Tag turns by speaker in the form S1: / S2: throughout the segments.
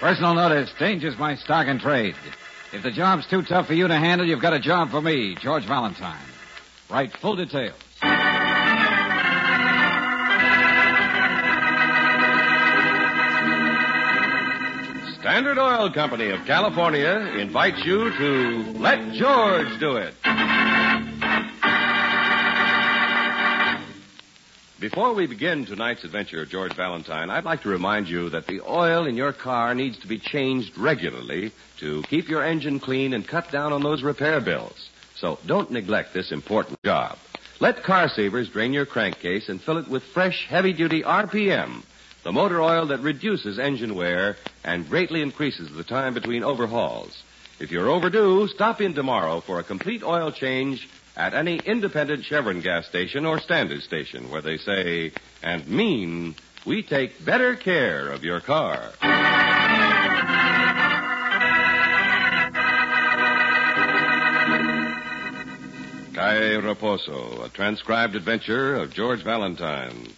S1: Personal notice changes my stock in trade. If the job's too tough for you to handle, you've got a job for me, George Valentine. Write full details.
S2: Standard Oil Company of California invites you to Let George Do It. Before we begin tonight's adventure, George Valentine, I'd like to remind you that the oil in your car needs to be changed regularly to keep your engine clean and cut down on those repair bills. So don't neglect this important job. Let Car Savers drain your crankcase and fill it with fresh, heavy-duty RPM, the motor oil that reduces engine wear and greatly increases the time between overhauls. If you're overdue, stop in tomorrow for a complete oil change at any independent Chevron gas station or standard station where they say and mean we take better care of your car. Cae Raposo, a transcribed adventure of George Valentine.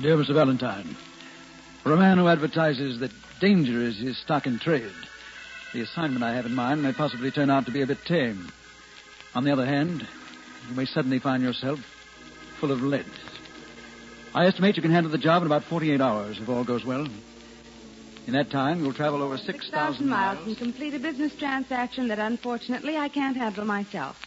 S3: Dear Mr. Valentine, for a man who advertises that danger is his stock in trade, the assignment I have in mind may possibly turn out to be a bit tame. On the other hand, you may suddenly find yourself full of lead. I estimate you can handle the job in about 48 hours if all goes well. In that time, you'll travel over 6,000
S4: miles and complete a business transaction that unfortunately I can't handle myself.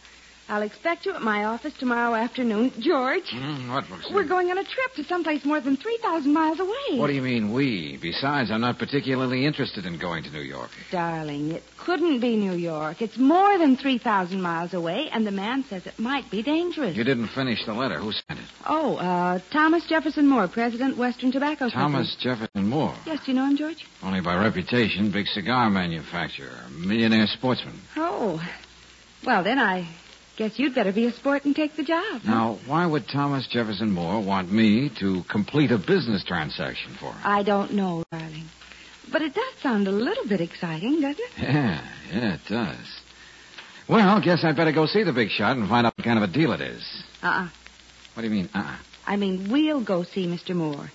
S4: I'll expect you at my office tomorrow afternoon. George,
S1: Mm, what, Roxanne?
S4: we're going on a trip to someplace more than 3,000 miles away.
S1: What do you mean, we? Besides, I'm not particularly interested in going to New York.
S4: Darling, it couldn't be New York. It's more than 3,000 miles away, and the man says it might be dangerous.
S1: You didn't finish the letter. Who sent it?
S4: Oh, uh, Thomas Jefferson Moore, President, Western Tobacco
S1: Thomas Jefferson Moore.
S4: Company. Yes, do you know him, George?
S1: Only by reputation, big cigar manufacturer, millionaire sportsman.
S4: Oh. Well, then I guess you'd better be a sport and take the job. huh?
S1: Now, why would Thomas Jefferson Moore want me to complete a business transaction for him?
S4: I don't know, darling. But it does sound a little bit exciting, doesn't it?
S1: Yeah, yeah, it does. Well, guess I'd better go see the big shot and find out what kind of a deal it is.
S4: Uh-uh.
S1: What do you mean, uh-uh?
S4: I mean, we'll go see Mr. Moore.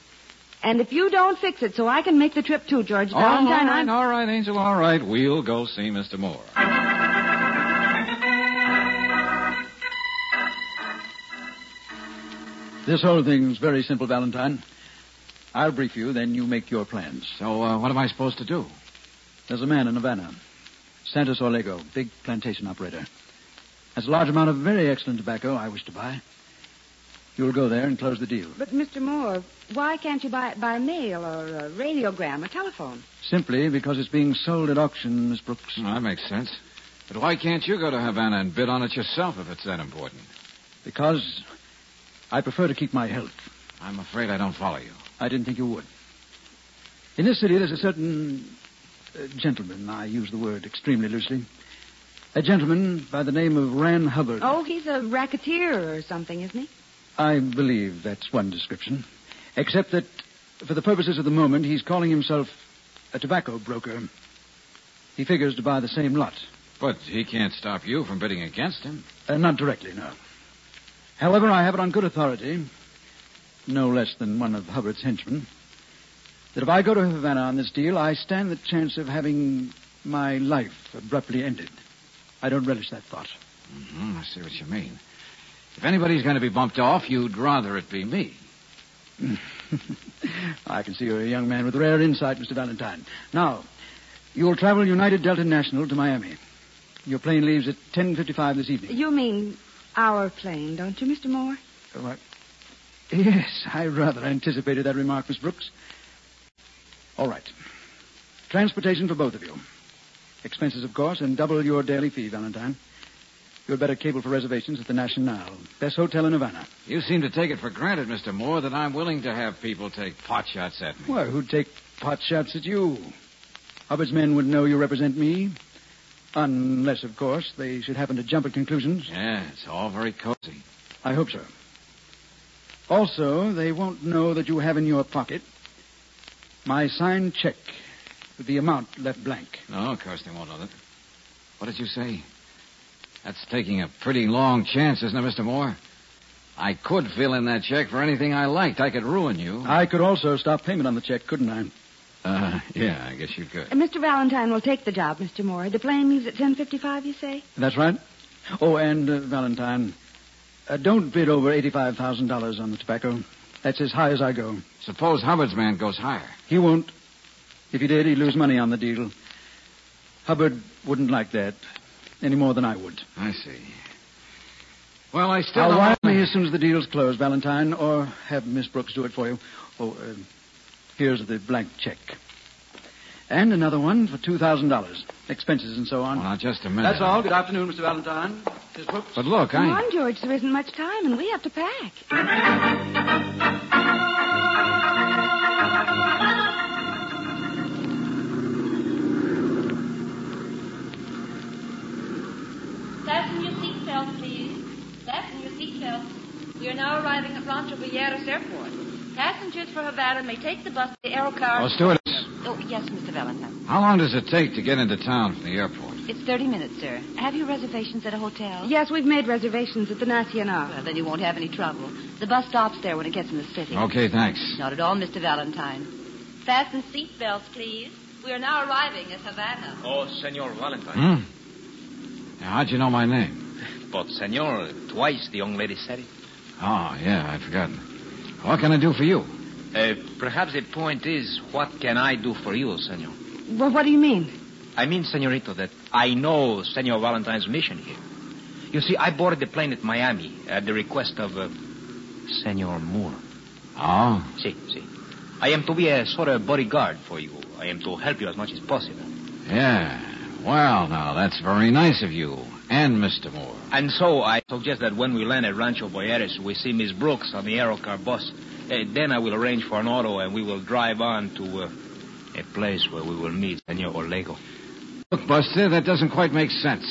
S4: And if you don't fix it so I can make the trip too, George
S1: Oh, all
S4: Valentine,
S1: right,
S4: I'm...
S1: all right, Angel, all right. We'll go see Mr. Moore.
S3: This whole thing's very simple, Valentine. I'll brief you, then you make your plans.
S1: So, uh, what am I supposed to do?
S3: There's a man in Havana, Santos Orlego, big plantation operator. Has a large amount of very excellent tobacco I wish to buy. You'll go there and close the deal.
S4: But, Mr. Moore, why can't you buy it by mail or a radiogram or telephone?
S3: Simply because it's being sold at auction, Miss Brooks.
S1: Well, that makes sense. But why can't you go to Havana and bid on it yourself if it's that important?
S3: Because I prefer to keep my health.
S1: I'm afraid I don't follow you.
S3: I didn't think you would. In this city, there's a certain uh, gentleman. I use the word extremely loosely. A gentleman by the name of Ran Hubbard.
S4: Oh, he's a racketeer or something, isn't he?
S3: I believe that's one description. Except that, for the purposes of the moment, he's calling himself a tobacco broker. He figures to buy the same lot.
S1: But he can't stop you from bidding against him.
S3: Uh, not directly, no. However, I have it on good authority, no less than one of Hubbard's henchmen, that if I go to Havana on this deal, I stand the chance of having my life abruptly ended. I don't relish that thought.
S1: hmm I see what you mean. If anybody's going to be bumped off, you'd rather it be me.
S3: I can see you're a young man with rare insight, Mr. Valentine. Now, you'll travel United Delta National to Miami. Your plane leaves at 10.55 this evening.
S4: You mean our plane, don't you, Mr. Moore?
S3: Oh, I- Yes, I rather anticipated that remark, Miss Brooks. All right. Transportation for both of you. Expenses, of course, and double your daily fee, Valentine. You'd better cable for reservations at the Nationale. Best hotel in Havana.
S1: You seem to take it for granted, Mr. Moore, that I'm willing to have people take pot shots at me.
S3: Why, who'd take pot shots at you? Hubbard's men would know you represent me. Unless, of course, they should happen to jump at conclusions.
S1: Yeah, it's all very cozy.
S3: I hope so. Also, they won't know that you have in your pocket my signed check with the amount left blank.
S1: No, of course they won't know that. What did you say? That's taking a pretty long chance, isn't it, Mr. Moore? I could fill in that check for anything I liked. I could ruin you.
S3: I could also stop payment on the check, couldn't I?
S1: Uh, yeah, I guess you could.
S4: Uh, Mr. Valentine will take the job, Mr. Moore. The plane leaves at 10.55, you say?
S3: That's right. Oh, and uh, Valentine, uh, don't bid over eighty-five thousand dollars on the tobacco. That's as high as I go.
S1: Suppose Hubbard's man goes higher.
S3: He won't. If he did, he'd lose money on the deal. Hubbard wouldn't like that any more than I would.
S1: I see. Well, I still.
S3: I'll
S1: don't
S3: wire
S1: know-
S3: me as soon as the deal's closed, Valentine, or have Miss Brooks do it for you. Oh, uh, here's the blank check. And another one for $2,000. Expenses and so on.
S1: Well, now, just a minute.
S3: That's all. Good afternoon, Mr. Valentine. Miss Brooks.
S1: But look,
S4: Come
S1: I.
S4: on, George. There isn't much time, and we have to pack.
S5: Fasten your seatbelt, please. Fasten your seatbelt. We are now arriving at Rancho Villeras Airport. Passengers for Havana may take the bus to the aero car.
S1: Oh, Stuart,
S5: Oh, yes, Mr. Valentine.
S1: how long does it take to get into town from the airport?
S5: It's 30 minutes, sir. Have your reservations at a hotel?
S4: Yes, we've made reservations at the Nacional.
S5: Well, then you won't have any trouble. The bus stops there when it gets in the city.
S1: Okay, thanks.
S5: Not at all, Mr. Valentine. Fasten seatbelts, please. We are now arriving at Havana.
S6: Oh, Senor Valentine.
S1: Hmm? Now, how'd you know my name?
S6: But, Senor, twice the young lady said it.
S1: Oh, yeah, I'd forgotten. What can I do for you?
S6: Uh, perhaps the point is, what can I do for you, Senor?
S4: Well, what do you mean?
S6: I mean, Senorito, that I know Senor Valentine's mission here. You see, I boarded the plane at Miami at the request of uh, Senor Moore.
S1: Oh,
S6: See, see. I am to be a sort of bodyguard for you. I am to help you as much as possible.
S1: yeah. Well, now, that's very nice of you and Mr. Moore.
S6: And so I suggest that when we land at Rancho Boyeres, we see Miss Brooks on the Aerocar bus. Uh, then I will arrange for an auto and we will drive on to uh, a place where we will meet Senor Orlego.
S1: Look, Buster, that doesn't quite make sense.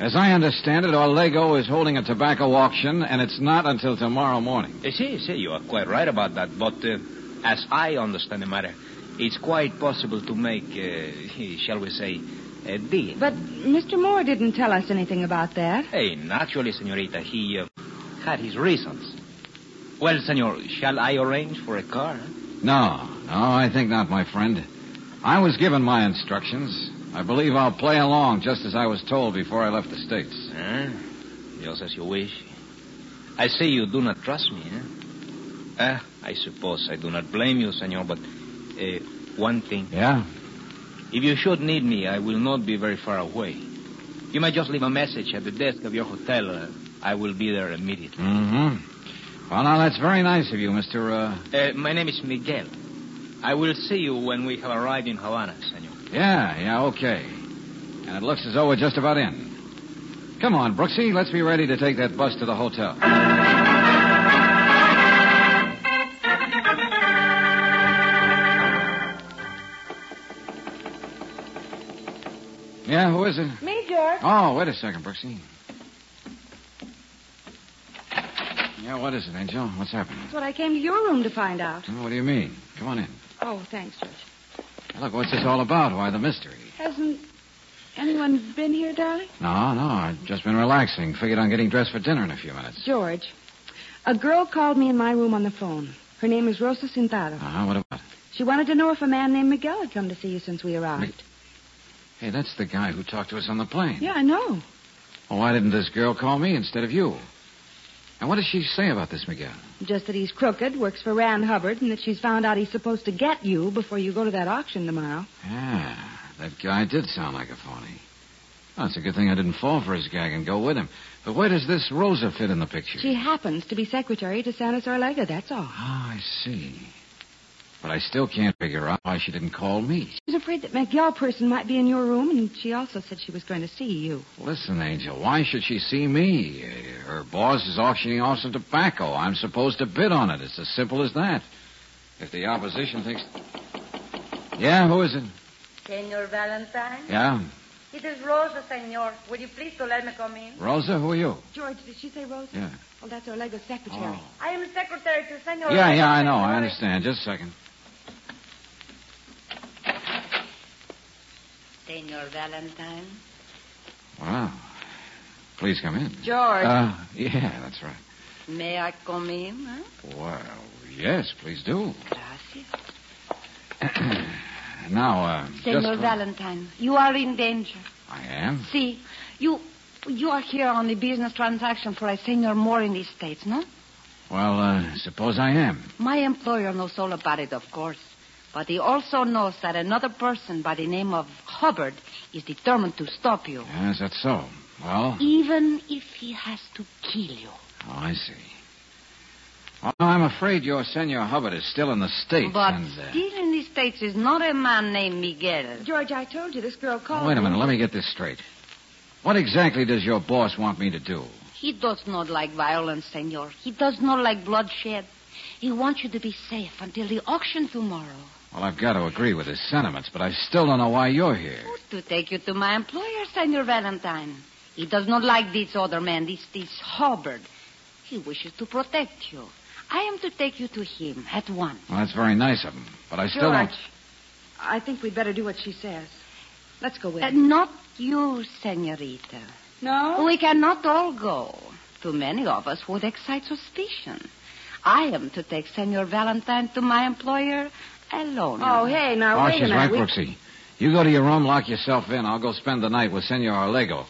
S1: As I understand it, Orlego is holding a tobacco auction, and it's not until tomorrow morning.
S6: Uh, see, see, you are quite right about that. But uh, as I understand the matter, it's quite possible to make, uh, shall we say, a deal.
S4: But Mr. Moore didn't tell us anything about that.
S6: Hey, naturally, senorita, he uh, had his reasons. Well, senor, shall I arrange for a car? huh?
S1: No, no, I think not, my friend. I was given my instructions. I believe I'll play along just as I was told before I left the States.
S6: Huh? Just as you wish. I say you do not trust me, huh? Ah, I suppose I do not blame you, senor, but uh, one thing.
S1: Yeah?
S6: If you should need me, I will not be very far away. You may just leave a message at the desk of your hotel. Uh, I will be there immediately.
S1: Mm-hmm. Well, now, that's very nice of you, Mr. Uh...
S6: Uh, my name is Miguel. I will see you when we have arrived in Havana, senor.
S1: Yeah, yeah, okay. And it looks as though we're just about in. Come on, Brooksy, let's be ready to take that bus to the hotel. Yeah, who is it?
S4: Me, George.
S1: Oh, wait a second, Brooksy. Yeah, what is it, Angel? What's happening?
S4: That's what I came to your room to find out.
S1: Oh, What do you mean? Come on in.
S4: Oh, thanks, George.
S1: Look, what's this all about? Why the mystery?
S4: Hasn't anyone been here, darling?
S1: No, no, I've just been relaxing. Figured on getting dressed for dinner in a few minutes.
S4: George, a girl called me in my room on the phone. Her name is Rosa Cintado.
S1: Uh-huh, what about?
S4: She wanted to know if a man named Miguel had come to see you since we arrived.
S1: Hey, that's the guy who talked to us on the plane.
S4: Yeah, I know.
S1: Well, why didn't this girl call me instead of you? And what does she say about this Miguel?
S4: Just that he's crooked, works for Rand Hubbard, and that she's found out he's supposed to get you before you go to that auction tomorrow.
S1: Yeah, Ah, that guy did sound like a phony. Well, it's a good thing I didn't fall for his gag and go with him. But where does this Rosa fit in the picture?
S4: She happens to be secretary to Santos Orlega, that's all.
S1: Ah, I see. But I still can't figure out why she didn't call me.
S4: She was afraid that Miguel person might be in your room, and she also said she was going to see you.
S1: Listen, Angel, why should she see me? Uh, Her boss is auctioning off some tobacco. I'm supposed to bid on it. It's as simple as that. If the opposition thinks. Yeah, who is it?
S7: Senor Valentine?
S1: Yeah.
S7: It is Rosa, senor. Would you please to let me come in?
S1: Rosa, who are you?
S4: George, did she say Rosa?
S1: Yeah.
S4: Well, that's Orlega's secretary.
S1: Oh.
S7: I am secretary to senor.
S1: Yeah, yeah,
S7: Valentine.
S1: I know. I understand. Just a second.
S5: Senor Valentine.
S1: Wow. Please come in.
S4: George.
S1: Uh, yeah, that's right.
S4: May I come in? Huh?
S1: Well, yes, please do.
S4: Gracias.
S1: now, uh,
S4: Senor
S1: just...
S4: Valentine, you are in danger.
S1: I am?
S4: See, you you are here on a business transaction for a senior more in these states, no?
S1: Well, uh, suppose I am.
S4: My employer knows all about it, of course. But he also knows that another person by the name of Hubbard is determined to stop you,
S1: Yes, that's so. Well,
S4: even if he has to kill you.
S1: oh, I see. Well, I'm afraid your Senor Hubbard is still in the States.
S4: but
S1: and, uh,
S4: still in these states is not a man named Miguel.
S8: George, I told you this girl called.
S1: Wait a
S8: me.
S1: minute. Let me get this straight. What exactly does your boss want me to do?
S4: He does not like violence, senor. He does not like bloodshed. He wants you to be safe until the auction tomorrow.
S1: Well, I've got to agree with his sentiments, but I still don't know why you're here.
S4: To take you to my employer, Senor Valentine. He does not like this other man, this, this Hubbard. He wishes to protect you. I am to take you to him at once.
S1: Well, that's very nice of him, but I still
S8: George,
S1: don't.
S8: I think we'd better do what she says. Let's go with
S4: Uh,
S8: her.
S4: not you, Senorita.
S8: No?
S4: We cannot all go. Too many of us would excite suspicion. I am to take Senor Valentine to my employer alone.
S8: Oh, hey, now,
S1: oh,
S8: wait a
S1: she's
S8: minute.
S1: right,
S8: We-
S1: Brooksy. You go to your room, lock yourself in. I'll go spend the night with Senor Orlego.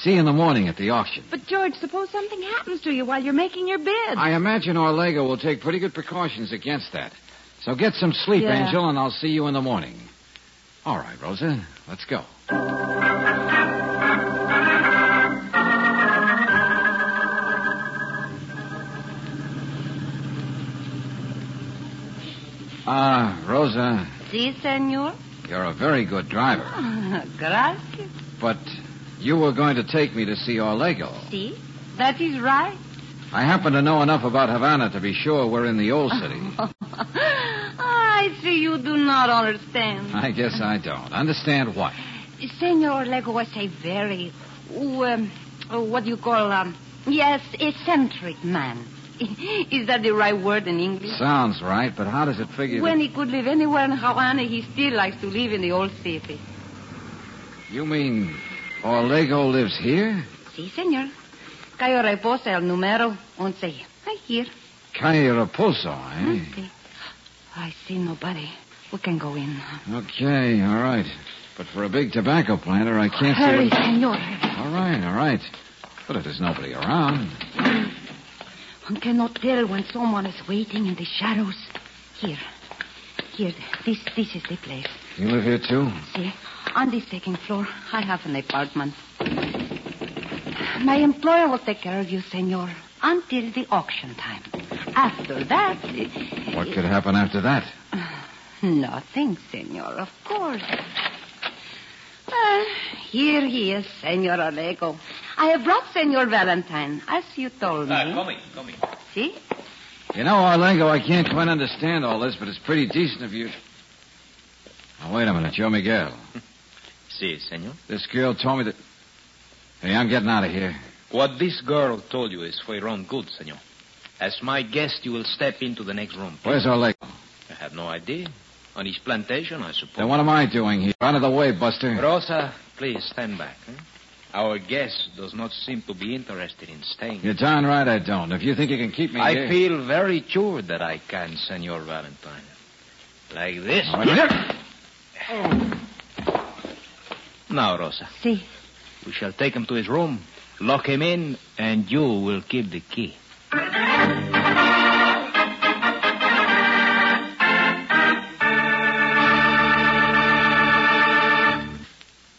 S1: See you in the morning at the auction.
S8: But, George, suppose something happens to you while you're making your bid.
S1: I imagine Orlego will take pretty good precautions against that. So get some sleep,
S8: Yeah.
S1: Angel, and I'll see you in the morning. All right, Rosa. Let's go. Ah, Rosa,
S4: See, Senor?
S1: you're a very good driver.
S4: Gracias.
S1: But you were going to take me to see Orlego.
S4: See? That is right.
S1: I happen to know enough about Havana to be sure we're in the old city.
S4: I see you do not understand.
S1: I guess I don't. Understand what?
S4: Senor Orlego was a very, oh, um, oh, what do you call, um, yes, eccentric man. Is that the right word in English?
S1: Sounds right, but how does it figure?
S4: When he could live anywhere in Havana, he still likes to live in the old city.
S1: that- You mean Orlego lives here?
S4: Sí, señor. Cayo Reposa, el número 11. I hear.
S1: Calle Repulso, eh?
S4: Okay. I see nobody. We can go in now.
S1: Okay, all right. But for a big tobacco planter, I can't
S4: Hurry,
S1: see. What...
S4: senor.
S1: All right, all right. But if there's nobody around,
S4: One cannot tell when someone is waiting in the shadows. Here. Here. This, this is the place.
S1: you live here too.
S4: See, on the second floor, I have an apartment. My employer will take care of you, senor, until the auction time. After that. eh,
S1: What could happen after that?
S4: Nothing, senor, of course. Ah, here he is, senor Orlego. I have brought senor Valentine, as you told me.
S6: in, Ah, come in.
S4: See?
S1: You know, Orlego, I can't quite understand all this, but it's pretty decent of you. Now wait a minute, you're Miguel.
S6: See, senor.
S1: This girl told me that. Hey, I'm getting out of here.
S6: What this girl told you is for your own good, senor. As my guest, you will step into the next room.
S1: Where's Orlego?
S6: I have no idea. On his plantation, I suppose.
S1: Then what am I doing here? Out of the way, Buster.
S6: Rosa, please stand back. huh? Our guest does not seem to be interested in staying.
S1: You're darn right I don't. If you think you can keep me
S6: I
S1: here...
S6: feel very sure that I can, Senor Valentine. Like this. Oh.
S1: All right.
S6: Now, Rosa,
S4: See?
S6: we shall take him to his room, lock him in, and you will keep the key.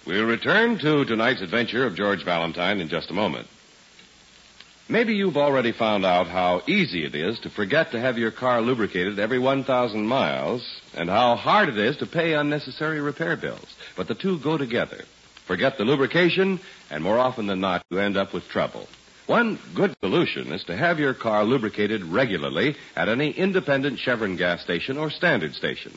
S2: We'll return to tonight's adventure of George Valentine in just a moment. Maybe you've already found out how easy it is to forget to have your car lubricated every 1,000 miles and how hard it is to pay unnecessary repair bills. But the two go together. Forget the lubrication, and more often than not, you end up with trouble. One good solution is to have your car lubricated regularly at any independent Chevron gas station or standard station.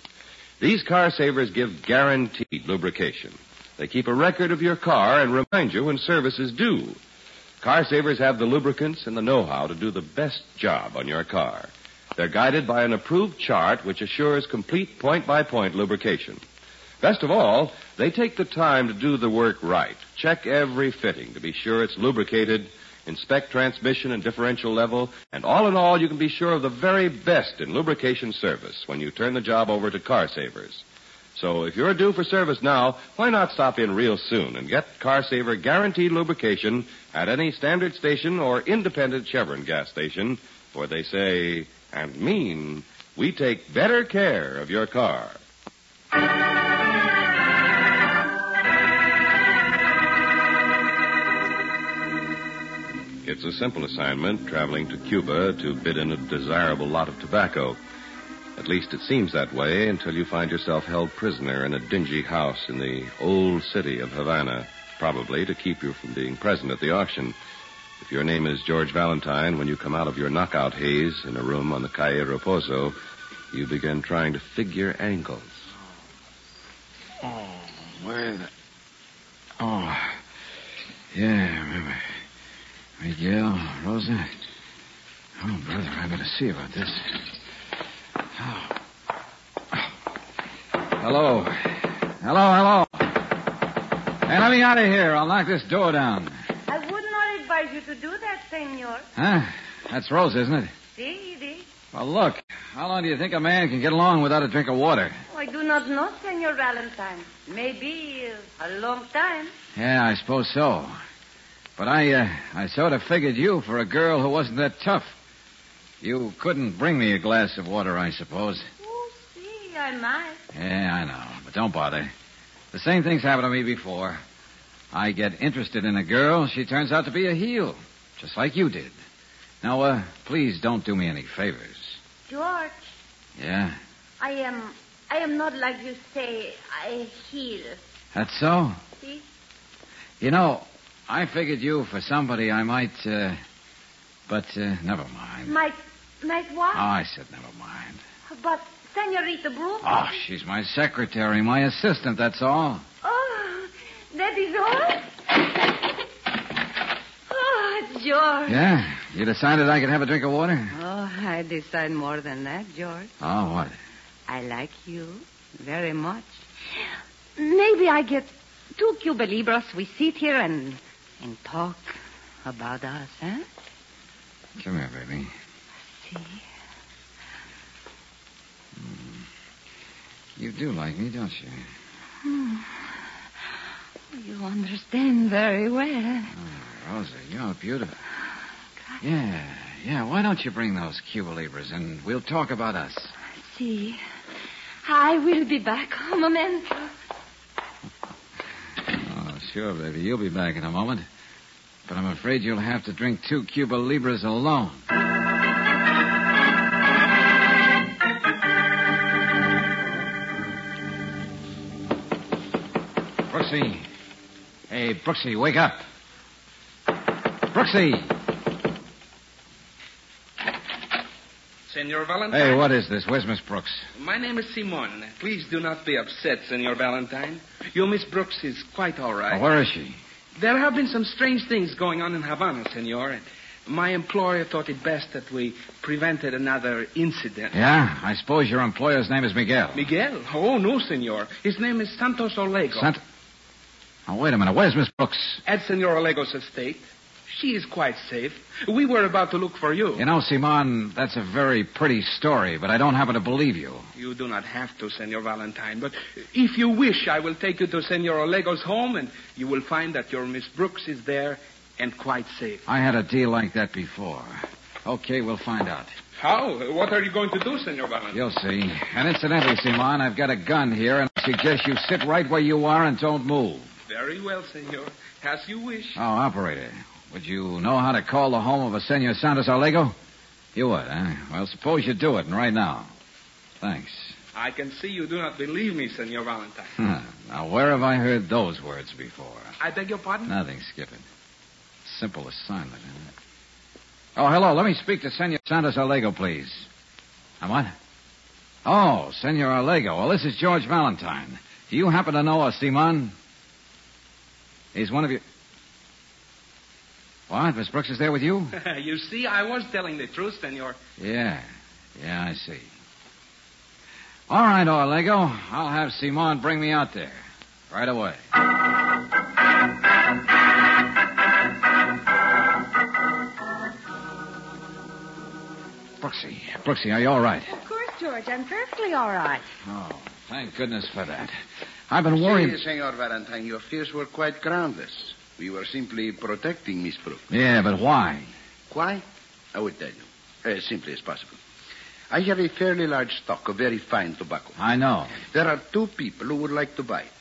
S2: These car savers give guaranteed lubrication. They keep a record of your car and remind you when service is due. Car Savers have the lubricants and the know how to do the best job on your car. They're guided by an approved chart which assures complete point by point lubrication. Best of all, they take the time to do the work right. Check every fitting to be sure it's lubricated, inspect transmission and differential level, and all in all, you can be sure of the very best in lubrication service when you turn the job over to Car Savers. So if you're due for service now, why not stop in real soon and get Car Saver guaranteed lubrication at any standard station or independent Chevron gas station, for they say and mean we take better care of your car. It's a simple assignment, traveling to Cuba to bid in a desirable lot of tobacco. At least it seems that way until you find yourself held prisoner in a dingy house in the old city of Havana, probably to keep you from being present at the auction. If your name is George Valentine, when you come out of your knockout haze in a room on the Calle Raposo, you begin trying to figure angles.
S1: Oh, where the... Oh, yeah, remember. Miguel, Rosa. Oh, brother, I better see about this. Oh. Hello. Hello, hello. Hey, let me out of here. I'll knock this door down.
S8: I would not advise you to do that, senor.
S1: Huh? That's Rose, isn't it?
S8: See, it is.
S1: Well, look. How long do you think a man can get along without a drink of water?
S8: Oh, I do not know, senor Valentine. Maybe uh, a long time.
S1: Yeah, I suppose so. But I, uh, I sort of figured you for a girl who wasn't that tough. You couldn't bring me a glass of water, I suppose.
S8: Oh, see, I might.
S1: Yeah, I know. But don't bother. The same thing's happened to me before. I get interested in a girl, she turns out to be a heel, just like you did. Now, uh, please don't do me any favors.
S8: George,
S1: Yeah?
S8: I am. I am not like you say. I heal.
S1: That's so?
S8: See?
S1: You know, I figured you for somebody I might, uh, but, uh, never mind.
S8: Might, might what?
S1: Oh, I said never mind.
S8: But Senorita Brooke.
S1: Oh, she's my secretary, my assistant, that's all.
S8: Oh, that is all.
S4: Oh, George.
S1: Yeah? You decided I could have a drink of water?
S4: Oh, I decide more than that, George.
S1: Oh, what?
S4: I like you very much. Maybe I get two Cuba Libras. We sit here and, and talk about us, huh?
S1: Come here, baby.
S4: See?
S1: You do like me, don't you?
S4: Hmm. You understand very well.
S1: Rosa, you're beautiful. Yeah, yeah. Why don't you bring those Cuba Libras and we'll talk about us?
S4: See? I will be back a moment.
S1: Oh, sure, baby. You'll be back in a moment. But I'm afraid you'll have to drink two Cuba Libras alone. Brooksy. Hey, Brooksy, wake up. Brooksy!
S9: Senor Valentine.
S1: Hey, what is this? Where's Miss Brooks?
S9: My name is Simon. Please do not be upset, Senor Valentine. Your Miss Brooks is quite all right.
S1: Oh, where is she?
S9: There have been some strange things going on in Havana, Senor. and My employer thought it best that we prevented another incident.
S1: Yeah, I suppose your employer's name is Miguel.
S9: Miguel? Oh, no, Senor. His name is Santos Olego.
S1: Sant- Now, wait a minute. Where's Miss Brooks?
S9: At Senor Olego's estate. She is quite safe. We were about to look for you.
S1: You know, Simon, that's a very pretty story, but I don't happen to believe you.
S9: You do not have to, Senor Valentine, but if you wish, I will take you to Senor Olego's home, and you will find that your Miss Brooks is there and quite safe.
S1: I had a deal like that before. Okay, we'll find out.
S9: How? What are you going to do, Senor Valentine?
S1: You'll see. And incidentally, Simon, I've got a gun here, and I suggest you sit right where you are and don't move.
S9: Very well, Senor. As you wish.
S1: Oh, operator, would you know how to call the home of a Senor Santos Alego? You would, huh? Well, suppose you do it, and right now. Thanks.
S9: I can see you do not believe me, Senor Valentine.
S1: Huh. Now, where have I heard those words before?
S9: I beg your pardon?
S1: Nothing, skip it. Simple assignment, isn't it? Oh, hello. Let me speak to Senor Santos Alego, please. Uh, what? Oh, Senor Alego. Well, this is George Valentine. Do you happen to know a Simon? He's one of you. What? Miss Brooks is there with you?
S9: you see, I was telling the truth, Senor.
S1: Yeah. Yeah, I see. All right, Orlego. I'll have Simon bring me out there. Right away. Brooksy, Brooksy, are you all right?
S4: Of course, George, I'm perfectly all right.
S1: Oh, thank goodness for that. I've been worried.
S9: See, Senor Valentine, your fears were quite groundless. We were simply protecting Miss Brooks.
S1: Yeah, but why?
S9: Why? I will tell you, as simply as possible. I have a fairly large stock of very fine tobacco.
S1: I know.
S9: There are two people who would like to buy it.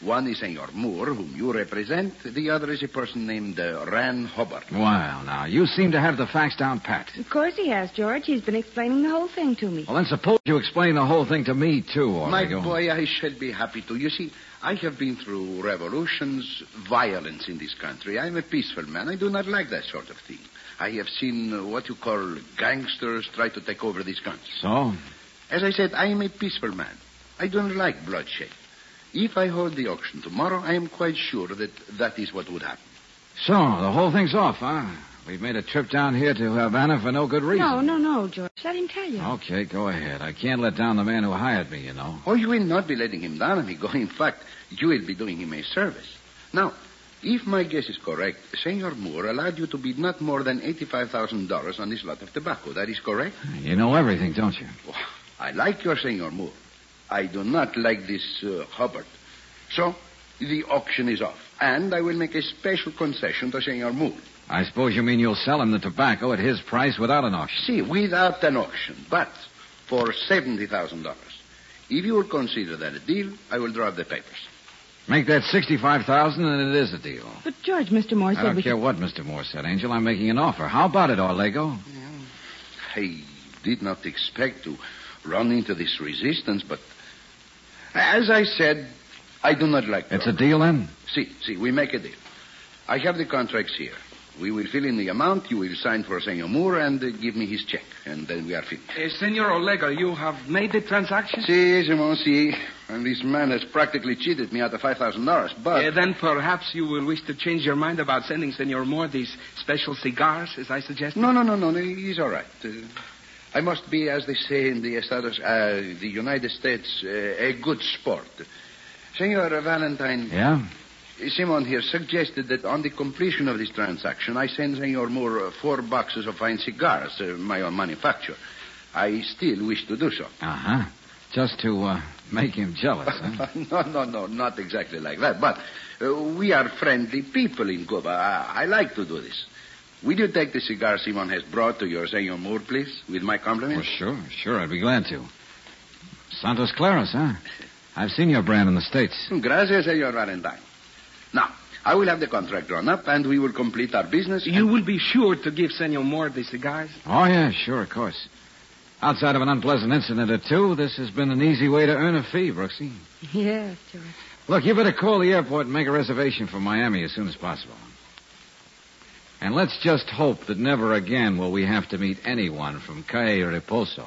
S9: One is Senor Moore, whom you represent. The other is a person named uh, Ran Hubbard.
S1: Well, now, you seem to have the facts down pat.
S4: Of course he has, George. He's been explaining the whole thing to me.
S1: Well, then suppose you explain the whole thing to me, too,
S9: My
S1: Orlando.
S9: boy, I shall be happy to. You see, I have been through revolutions, violence in this country. I'm a peaceful man. I do not like that sort of thing. I have seen uh, what you call gangsters try to take over this country.
S1: So?
S9: As I said, I am a peaceful man. I don't like bloodshed. If I hold the auction tomorrow, I am quite sure that that is what would happen.
S1: So, the whole thing's off, huh? We've made a trip down here to Havana for no good reason.
S4: No, no, no, George. Let him tell you.
S1: Okay, go ahead. I can't let down the man who hired me, you know.
S9: Oh, you will not be letting him down, amigo. In fact, you will be doing him a service. Now, if my guess is correct, Senor Moore allowed you to bid not more than $85,000 on this lot of tobacco. That is correct?
S1: You know everything, don't you?
S9: I like your Senor Moore. I do not like this uh, Hubbard. So, the auction is off, and I will make a special concession to Senor Moore.
S1: I suppose you mean you'll sell him the tobacco at his price without an auction.
S9: See, without an auction, but for $70,000. If you will consider that a deal, I will draw up the papers.
S1: Make that sixty-five thousand, and it is a deal.
S4: But, George, Mr. Moore
S1: I
S4: said
S1: don't
S4: we
S1: care what Mr. Moore said, Angel. I'm making an offer. How about it, Orlego?
S9: I did not expect to run into this resistance, but as I said, I do not like
S1: It's a
S9: drama.
S1: deal, then.
S9: See, see, we make a deal. I have the contracts here. We will fill in the amount, you will sign for Senor Moore, and uh, give me his check, and then we are finished.
S10: Uh, Senor Olego, you have made the transaction?
S9: See, Simon, see, and this man has practically cheated me out of $5,000, but...
S10: Uh, then perhaps you will wish to change your mind about sending Senor Moore these special cigars, as I suggested.
S9: No, no, no, no, no, he's all right. Uh, I must be, as they say in the Estados, uh, the United States, uh, a good sport. Senor Valentine...
S1: Yeah?
S9: Simon here suggested that on the completion of this transaction, I send Senor Moore uh, four boxes of fine cigars, uh, my own manufacture. I still wish to do so.
S1: Uh huh. Just to uh, make him jealous, huh?
S9: no, no, no, not exactly like that. But uh, we are friendly people in Cuba. I, I like to do this. Will you take the cigar Simon has brought to your Senor Moore, please, with my
S1: Well,
S9: compliments?
S1: sure, sure. I'd be glad to. Santos Claros, huh? I've seen your brand in the States.
S9: Gracias, Senor Valentine. Now, I will have the contract drawn up, and we will complete our business.
S10: You will be sure to give Senor Moore the cigars?
S1: Oh, yeah, sure, of course. Outside of an unpleasant incident or two, this has been an easy way to earn a fee, Brooksy.
S4: Yes, George.
S1: Look, you better call the airport and make a reservation for Miami as soon as possible. And let's just hope that never again will we have to meet anyone from Calle Reposo.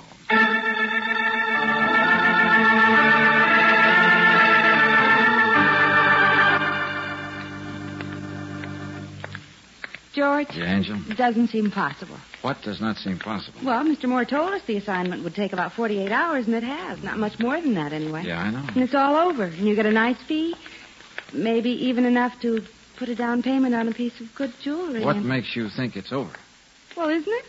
S4: George,
S1: Yeah, Angel?
S4: it doesn't seem possible.
S1: What does not seem possible?
S4: Well, Mr. Moore told us the assignment would take about 48 hours, and it has. Not much more than that, anyway.
S1: Yeah, I know.
S4: And it's all over, and you get a nice fee, maybe even enough to put a down payment on a piece of good jewelry.
S1: What
S4: and-
S1: makes you think it's over?
S4: Well, isn't it?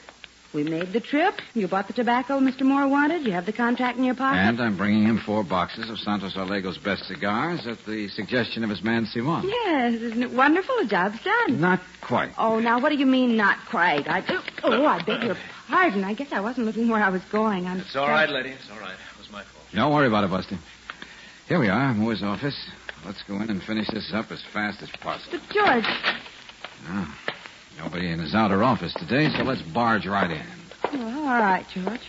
S4: We made the trip. You bought the tobacco Mr. Moore wanted. You have the contract in your pocket.
S1: And I'm bringing him four boxes of Santos Orlego's best cigars at the suggestion of his man Simon.
S4: Yes, isn't it wonderful? The job's done.
S1: Not quite.
S4: Oh, now what do you mean not quite? I oh, I beg your pardon. I guess I wasn't looking where I was going. I'm
S6: It's all right, lady. It's all right. It was my fault.
S1: Don't worry about it, Buster. Here we are, Moore's office. Let's go in and finish this up as fast as possible.
S4: But George,
S1: Ah, nobody in his outer office today, so let's barge right in.
S8: oh,
S4: well, all right, George.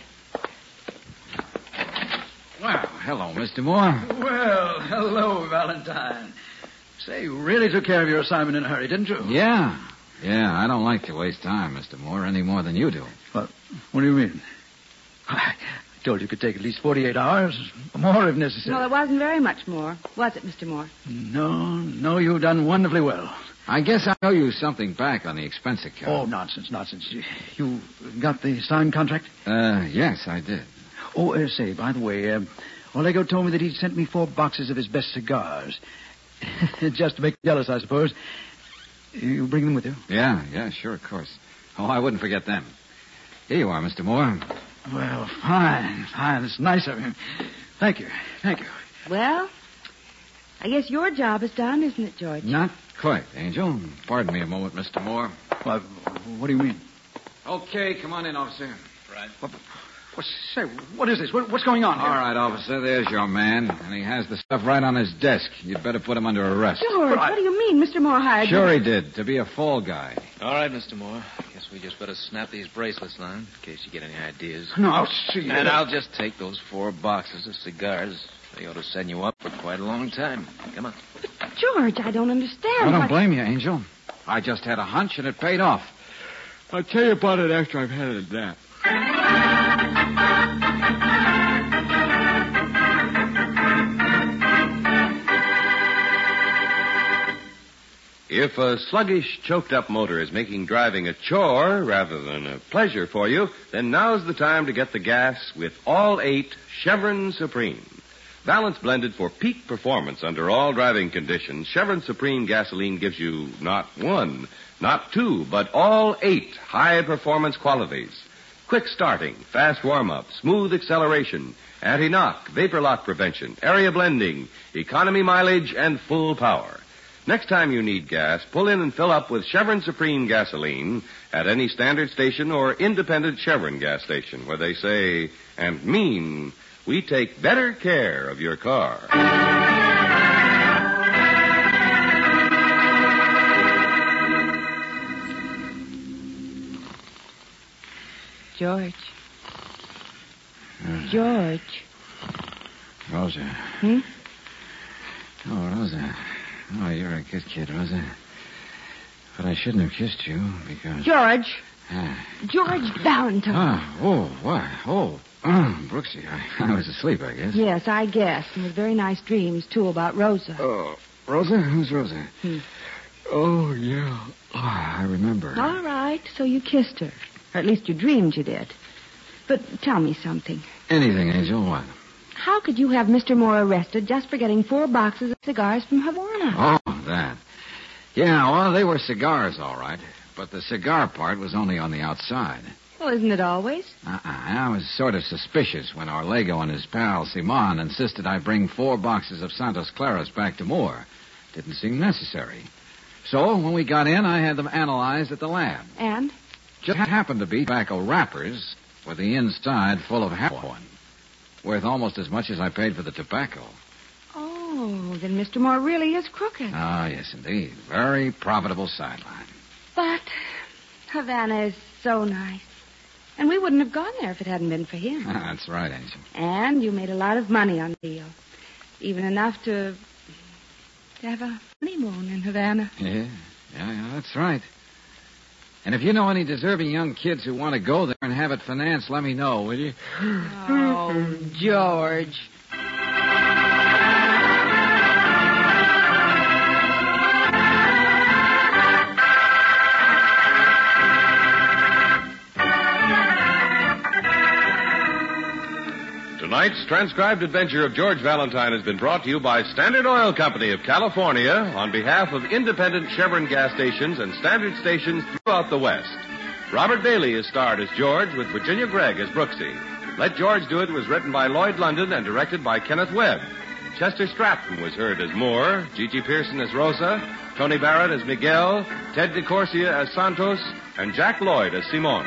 S1: Well, hello, Mr. Moore.
S3: Well, hello, Valentine. Say, you really took care of your assignment in a hurry, didn't you?
S1: Yeah. Yeah, I don't like to waste time, Mr. Moore, any more than you do.
S3: What do you mean? I told you it could take at least 48 hours, more if necessary.
S4: Well, it wasn't very much more, was it, Mr. Moore?
S3: No, no, you've done wonderfully well.
S1: I guess I owe you something back on the expense
S3: Oh,
S1: account.
S3: nonsense, nonsense. You- You got the signed contract?
S1: Uh, yes, I did.
S3: Oh, uh, say, by the way, um, Olego told me that he'd sent me four boxes of his best cigars. Just to make you jealous, I suppose. You bring them with you?
S1: Yeah, yeah, sure, of course. Oh, I wouldn't forget them. Here you are, Mr. Moore.
S3: Well, fine, fine. It's nice of him. Thank you, thank you.
S4: Well, I guess your job is done, isn't it, George?
S1: Not quite, Angel. Pardon me a moment, Mr. Moore.
S3: What, what do you mean?
S1: Okay, come on in, officer.
S6: Right.
S3: What, what, say, what is this? What, what's going on here?
S1: All right, officer, there's your man. And he has the stuff right on his desk. You'd better put him under arrest.
S4: George, what do you mean, Mr. Moore hired
S1: Sure
S4: you?
S1: he did, to be a fall guy.
S6: All right, Mr. Moore. Guess we just better snap these bracelets on in case you get any ideas.
S3: No, I'll see you.
S6: And I'll just take those four boxes of cigars. They ought to send you up for quite a long time. Come on.
S4: George, I don't understand.
S1: I don't
S4: what-
S1: blame you, Angel. I just had a hunch and it paid off. I'll tell you about it after I've had a nap.
S2: If a sluggish, choked up motor is making driving a chore rather than a pleasure for you, then now's the time to get the gas with all eight Chevron Supreme. Balance blended for peak performance under all driving conditions, Chevron Supreme gasoline gives you not one, not two, but all eight high performance qualities. Quick starting, fast warm up, smooth acceleration, anti knock, vapor lock prevention, area blending, economy mileage, and full power. Next time you need gas, pull in and fill up with Chevron Supreme gasoline at any standard station or independent Chevron gas station where they say and mean we take better care of your car.
S4: George. George.
S1: Rosa.
S4: Hmm?
S1: Oh, Rosa. Oh, you're a good kid, Rosa. But I shouldn't have kissed you because.
S4: George.
S1: Ah.
S4: George Valentine.
S1: Ah, oh, why? Oh, Brooksy, I, I was asleep, I guess.
S4: Yes, I guess. And with very nice dreams, too, about Rosa.
S1: Oh, Rosa? Who's Rosa?
S4: Hmm.
S1: Oh, yeah. Oh, I remember.
S4: All right, so you kissed her. Or at least you dreamed you did. But tell me something.
S1: Anything, Angel. What?
S4: How could you have Mr. Moore arrested just for getting four boxes of cigars from Havana?
S1: Oh, that. Yeah, well, they were cigars, all right. But the cigar part was only on the outside.
S4: Well, isn't it always?
S1: Uh-uh. I was sort of suspicious when Orlego and his pal Simon insisted I bring four boxes of Santos Claras back to Moore. Didn't seem necessary. So when we got in, I had them analyzed at the lab.
S4: And?
S1: Just happened to be tobacco wrappers with the inside full of heroin, worth almost as much as I paid for the tobacco.
S4: Oh, then Mr. Moore really is crooked.
S1: Ah, yes, indeed. Very profitable sideline.
S4: But Havana is so nice. And we wouldn't have gone there if it hadn't been for him.
S1: That's right, Angel.
S4: And you made a lot of money on the deal. Even enough to, to have a honeymoon in Havana.
S1: Yeah, yeah, yeah, that's right. And if you know any deserving young kids who want to go there and have it financed, let me know, will you?
S4: Oh, George.
S2: Tonight's transcribed adventure of George Valentine has been brought to you by Standard Oil Company of California on behalf of independent Chevron gas stations and standard stations throughout the West. Robert Bailey is starred as George with Virginia Gregg as Brooksy. Let George Do It was written by Lloyd London and directed by Kenneth Webb. Chester Stratton was heard as Moore, Gigi Pearson as Rosa, Tony Barrett as Miguel, Ted DeCorsia as Santos, and Jack Lloyd as Simon.